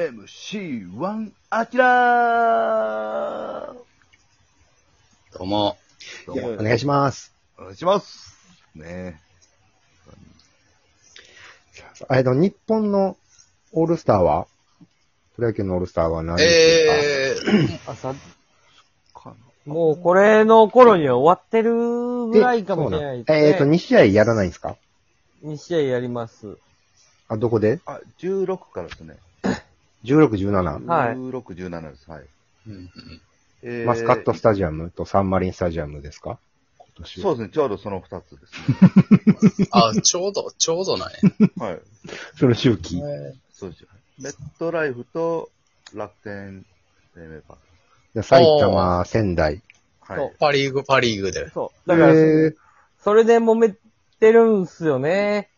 4MC1 アキラーどうも。どいうやもお願いします。お願いします。ねえっと、日本のオールスターはプロ野球のオールスターは何ですえ朝、かもうこれの頃には終わってるかぐらいかもしれないえそでうすなんね。えっと、2試合やらないんですか2試合やります。あ、どこであ、16からですね。 ?16、17。はい16、17です。はい。うんえーマスカットスタジアムとサンマリンスタジアムですか今年はそうですね。ちょうどその2つですね。ー、あ、 ちょうど、ちょうどなんや。 はい。その周期。そうですよ。メットライフと楽天生命パー埼玉、仙台。ク。はい。パリーグ、パリーグで。そう。だから、えーそれで揉めてるんすよね。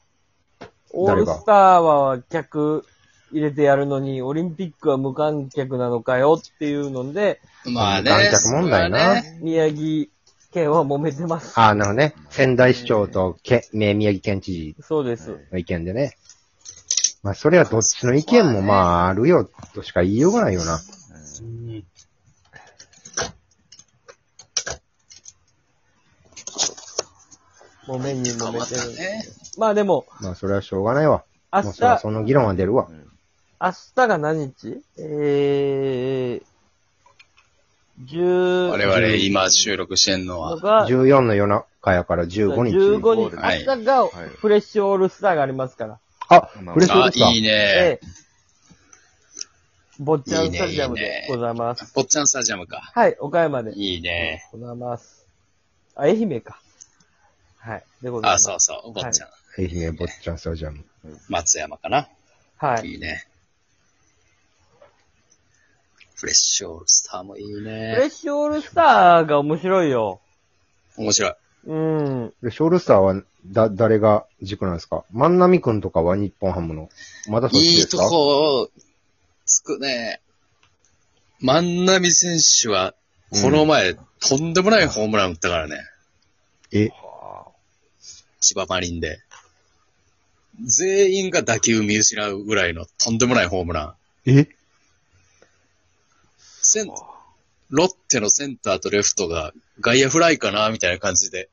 オー誰ルがスターは客入れてやるのに、オリンピックは無観客なのかよっていうので、まあね。観客問題なそれはね宮城県は揉めてます。あ、なるほどね。仙台市長とけ、ね宮城県知事そうです。の意見でね。まあ、それはどっちの意見もまあ、あるよとしか言いようがないよな。うん揉めに揉まめあてる。ね。まあでも、まあ、それはしょうがないわ。明まあ、それは日、その議論は出るわ。明日が何日えー、10我々今収録してんののは、が、 14の夜中やから15日。 15日。はい明日がはいフレッシュオールスターがありますから。あ、まあフレッシュオーあル、スターいいね。ええ。坊ちゃんスタジアムでございます。坊っちゃんスタジアムか。はい、岡山でいいね。ございます。あ、愛媛か。はい、でございあ、ます。そうそう。坊っちゃん。愛媛坊っちゃんスタジアム。松山かな。はいい。いね。フレッシュオールスターもいいフレねッ。シュオールスターが面白いよ。面白い。うん。フレッシュオールスターは、だ、誰が軸なんですか万波くんとかは日本ハムの。まだそっちいでいすとかこをつくね。万波選手は、この前、とんでもないホームラン打ったからね。え、千葉マリンで。全員が打球見失うぐらいのとんでもないホームラン。えセンロッテのセンターとレフトが外野フライかなみたいな感じで。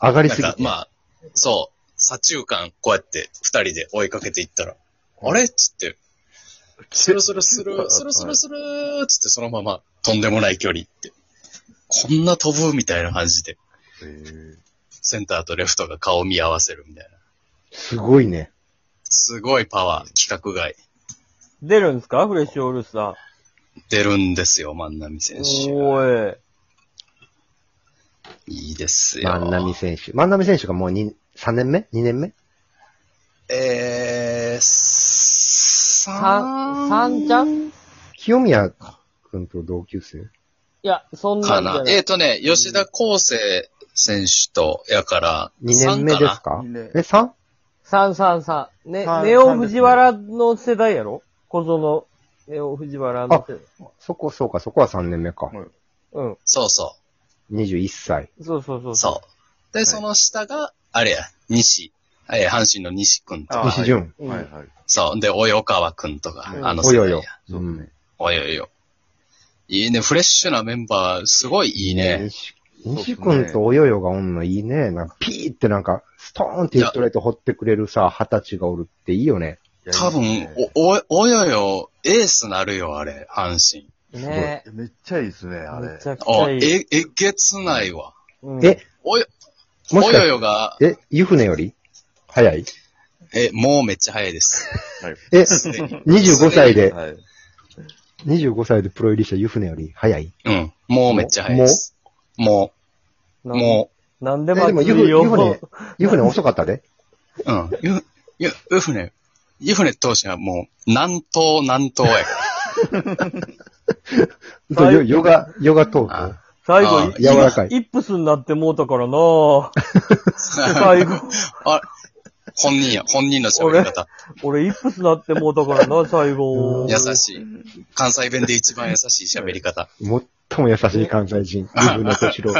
上がりなんすぎか、て。まあ、そう、左中間、こうやって二人で追いかけていったら、あれっつって、スルスルスル は、いスルスルスルーっつってそのままとんでもない距離って。こんな飛ぶみたいな感じで、えーセンターとレフトが顔見合わせるみたいな。すごいね。すごいパワー、規格外。出るんですかフレッシュオールスタ出るんですよ、万波選ー。手。おーい。いいですよ。万波選手。万波選手がもうに3年目 ?2 年目えー、三、三三ちゃんい清宮くんと同級生や、そんなかんじゃな。ない。えっ、とね、吉田康生選手と、やから、 ?2 年目三かでなすか二年え、3? 三三三。ね、三ネオ藤原の世代やろ小園、ネオ藤原の世代。そこ、そうか、そこは3年目か。はいうん。そうそ。21歳。そうそうそうう。そう。で、いその下が、あれや、西。えー、阪神の西くんとあか。西純。うんはいはい。そう。で、及川くんとかう。んあのお世代よやよ。。そうですね。およよ。いいね。フレッシュなメンバー、すごいいいね。西西君とおよよがおんのいいね。なんかピーってなんか、ストーンってストレート掘ってくれるさ、二十歳がおるっていいよね。いや多いいで分すね、お、お、およよ、エースなるよ、あれ、阪神。ねめっちゃいいですね、あれめ。ちゃくちあ、ゃいい。え、えげつないわ。うんえ、およ、もしおかよしよが、て、え、湯船より早いえ、もうめっちゃ早いです。え、すでに25 歳で、はい。 25歳でプロ入りした湯船より早い。うん。もうめっちゃ早いです。もう、なんもなんでえでもも湯言船、うよ。湯船、湯船遅かった で。う、うん。ゆ、ゆ、ゆふね、ゆふね投手はもう、南東南東へ。そうヨヨガ、ヨガトーあク。最あ後、イ柔らかい。イップスになってもうたからな ぁ最後、あ、本人や、本人の喋り方。俺イップスになってもうたからな最後。優しい。関西弁で一番優しい喋り方。最も優しい関西人、湯船敏郎。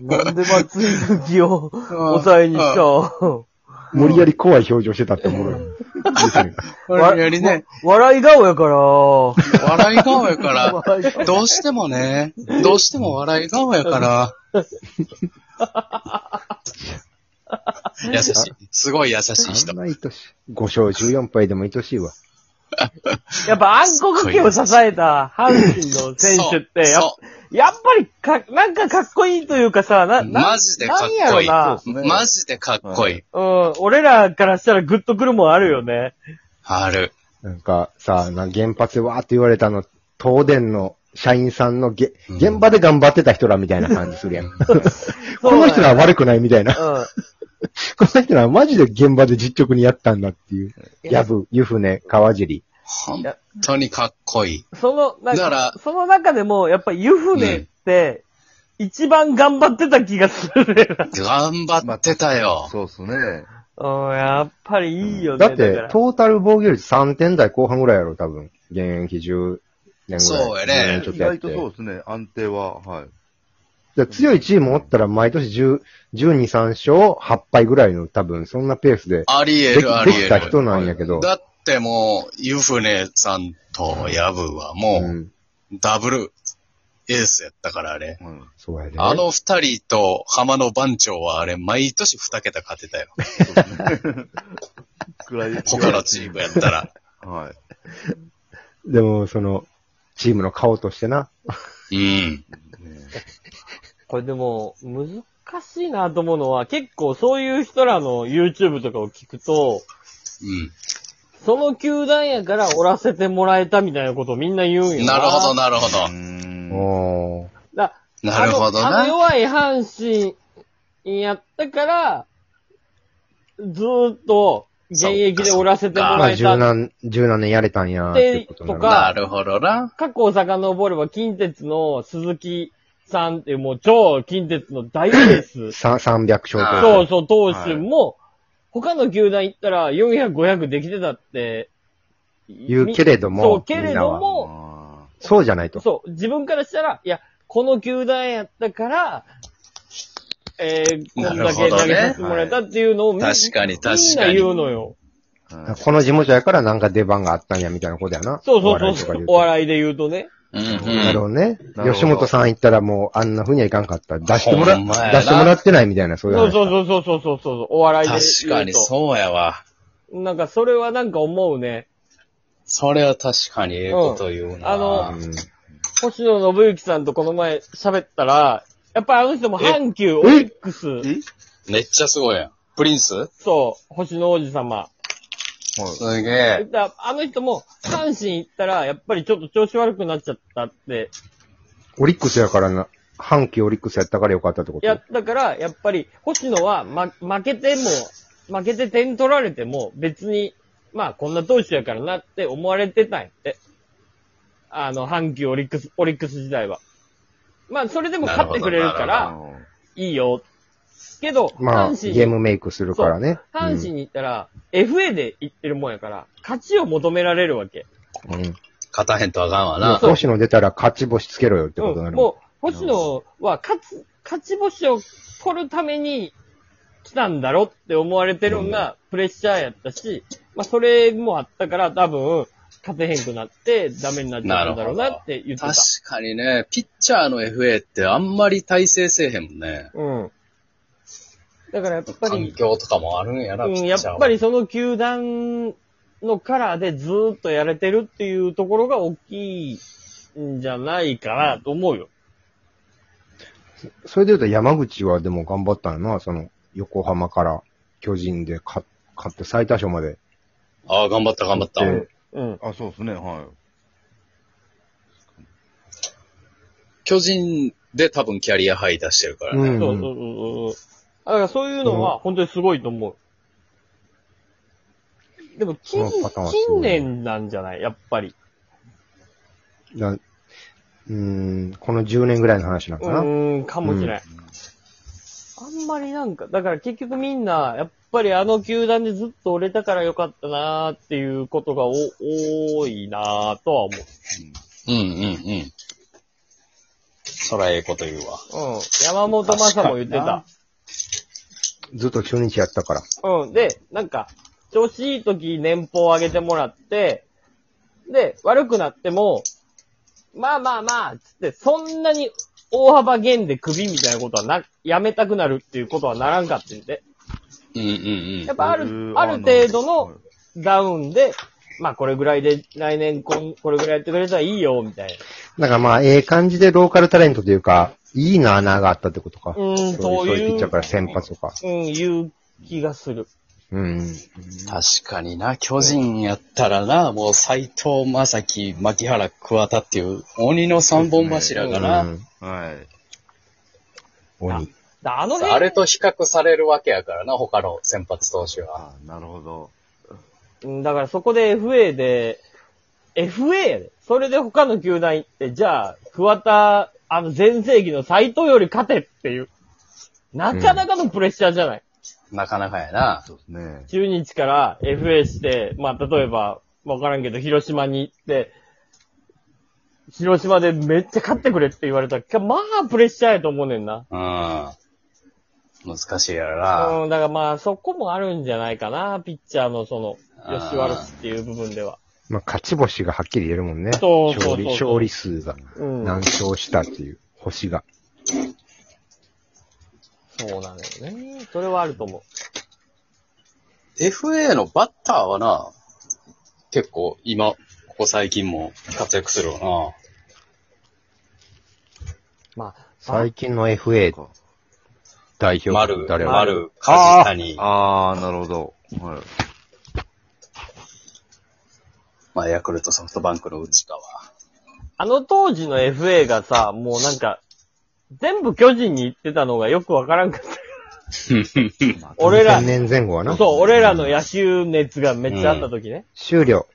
なんで松井の木を抑えにした無理やり怖い表情してたって 思うよ。これよりね、笑い顔 やから。笑い顔や から、どうしてもね、どうしても笑い顔やから。優しい。すごい優しい人あん。な愛しい。5勝14敗でも愛しいわ。やっぱ暗黒期を支えた阪神の選手って、やっそうやっぱりか、なんかかっこいいというかさ、な、なマジでかっこいいなんやろそうですねマジでかっこいい。な。うん、俺らからしたらグッとくるもんあるよね。ある。なんかさ、な原発でわーって言われたの、東電の社員さんのげうん現場で頑張ってた人らみたいな感じするやん。 この人らは悪くないみたいな。こうん。の人らはマジで現場で実直にやったんだっていう。いややぶ、湯船、川尻。本当にかっこいい。その、なんだか、からその中でも、やっぱ湯船って、一番頑張ってた気がするね。頑張ってたよ。そうっすね。うん、やっぱりいいよね。だってから、トータル防御率3点台後半ぐらいやろ、多分。現役10年ぐらい。そうやね10年ちょっ意とやっ外てとそうですね。安定は、はい。だから強いチームおったら毎年10 12、3勝8敗ぐらいの多分そんなペースでありえできる、ありできえたる。人なんやけど。だってもう、湯船さんとヤブはうもん。う、ダブルエースやったからあれ。はいそうやで。あの二人と浜の番長はあれ、毎年二桁勝てたよ。くらい。他のチームやったら。はい。でも、その、チームの顔としてな。うん。これでも、難しいなと思うのは、結構そういう人らの YouTube とかを聞くと、その球団やからおらせてもらえたみたいなことをみんな言うんうよん。なるほど、。なるほうど。ん。おーだなるほどあのあのな。弱い阪神やったから、ずーっと現役でおらせてもまらあ、え十た。何、十何年やれたんや、っていうことになるとかなるほどな。過去を遡れば近鉄の鈴木さんっていうもう超近鉄の大エース。さ300勝あーそうそう、投手も、他の球団行ったら400、500できてたって、言うけれどもそう、けれどあも、ーそうじゃないと。そう、自分からしたら、いや、この球団やったから、えー、こんだけなるほど投ねげさせてもらえたっていうのをみん、確かに確かにみんな言うのよ。はこのい事務所やからなんか出番があったんや、みたいなことやな。そうそうそうそう、おお笑い笑いで言うとね。うん、とか言うとなるうほどねなるほど吉本さん行ったらもう、あんな風にはいかんかった。出してもら、ほん出まやなしてもらってないみたいな、そういうそ話。うそうそうそうそうそうそう、おん。笑いで言う確と。かにそうやわ。なんかそれはなんか思うね。それは確かにええこと言うな。あうのん星野信之さんとこの前喋ったら、やっぱりあの人も阪急オリックス、めっちゃすごいやん。プリンスそう、星野王子様。はいすげえ。だあの人も、阪神行ったら、やっぱりちょっと調子悪くなっちゃったって、オリックスやからな、阪急オリックスやったからよかったってことやったから、やっぱり、星野は、ま、負けても、負けて点取られても、別に、まあ、こんな投手やからなって思われてたんやって。あの、阪急オリックス、オリックス時代は。まあ、それでも勝ってくれるかあら、のいいよ。けど、まあ、阪神ゲームメイクするからね。阪神に行ったら、FA で行ってるもんやから、勝ちを求められるわけ。うん。うん勝たへんとあかんわもう な。星野出たら勝ち星つけろよってことになうんる。もう、星野は勝つ、勝ち星を取るために来たんだろって思われてるのがプレッシャーやったし、まあそれもあったから多分、勝てへんくなってダメになっちゃったんだろうなって言ってた確。かにね、ピッチャーの FA ってあんまり体制せえへんもんね。うん。だからやっぱ環り、境とかもあるんやな、うん、ピやッっチャーはぱりその球団のカラーでずーっとやれてるっていうところが大きいんじゃないかなと思うよ。それで言うと山口はでも頑張ったよな、その、横浜から巨人で勝勝って最多勝まで。ああ、頑張った、頑張った。でうん。あ、そうですね、は巨人で多分キャリアハイ出してるからね。うそんうそうそうそう。だからそういうのは本当にすごいと思う。でも近、そのパターンはすご近い年なんじゃないやっぱり。だうーん、この10年ぐらいの話なんうかな。ーん、かもしれない。あんまりなんか、だから結局みんな、やっぱりあの球団でずっと折れたからよかったなーっていうことがお多いなーとは思う。うん、うん、うん。そらええこと言うわ。うん。山本昌も言ってた。ずっと中日やったから。うん。で、なんか、調子いい時年俸上げてもらって、で、悪くなっても、まあまあまあ、つって、そんなに大幅減で首みたいなことはな、やめたくなるっていうことはならんかってんで、うんうんやっぱあうるー、ある程度の、ダウンで、まあこれぐらいで、来年こん、これぐらいやってくれたらいいよ、みたいな。だからまあ、ええ感じでローカルタレントというか、いいな穴があったってことか。うんそうそういういうピッチャーから先発とか。うん、いう気がする。うん。確かにな、巨人やったらな、もう斎藤正樹、牧原桑田っていう鬼の三本柱がな、うん。はい。鬼。だあの辺、あれと比較されるわけやからな、他の先発投手は。あなるほど。うんだからそこで FA で、FA やで。それで他の球団行って、じゃあ、桑田、あの、前世紀の斎藤より勝てっていう。なかなかのプレッシャーじゃない。なかなかやな。そうですね。中日から FA して、まあ、例えば、わからんけど、広島に行って、広島でめっちゃ勝ってくれって言われたら、まあ、プレッシャーやと思うねんな。うん。難しいやろな。うん、だからまあ、そこもあるんじゃないかな、ピッチャーのその、吉原氏っていう部分では。まあ、勝ち星がはっきり言えるもんね。そうそうそう勝利、勝利数がうん。何勝したっていう、星が。そうなのよね。それはあると思 FA のバッターはな、結構今、ここ最近も活躍するよう。まあ、最近の FA か代表な。丸、誰やろ丸、梶谷。あー、なるほど。はい。まあ、ヤクルトソフトバンクの内川。あの当時の FA がさ、もうなんか、全部巨人に行ってたのがよくわからんかった。俺ら2000年前後はな。そう、俺らの野手熱がめっちゃあった時ね。終了。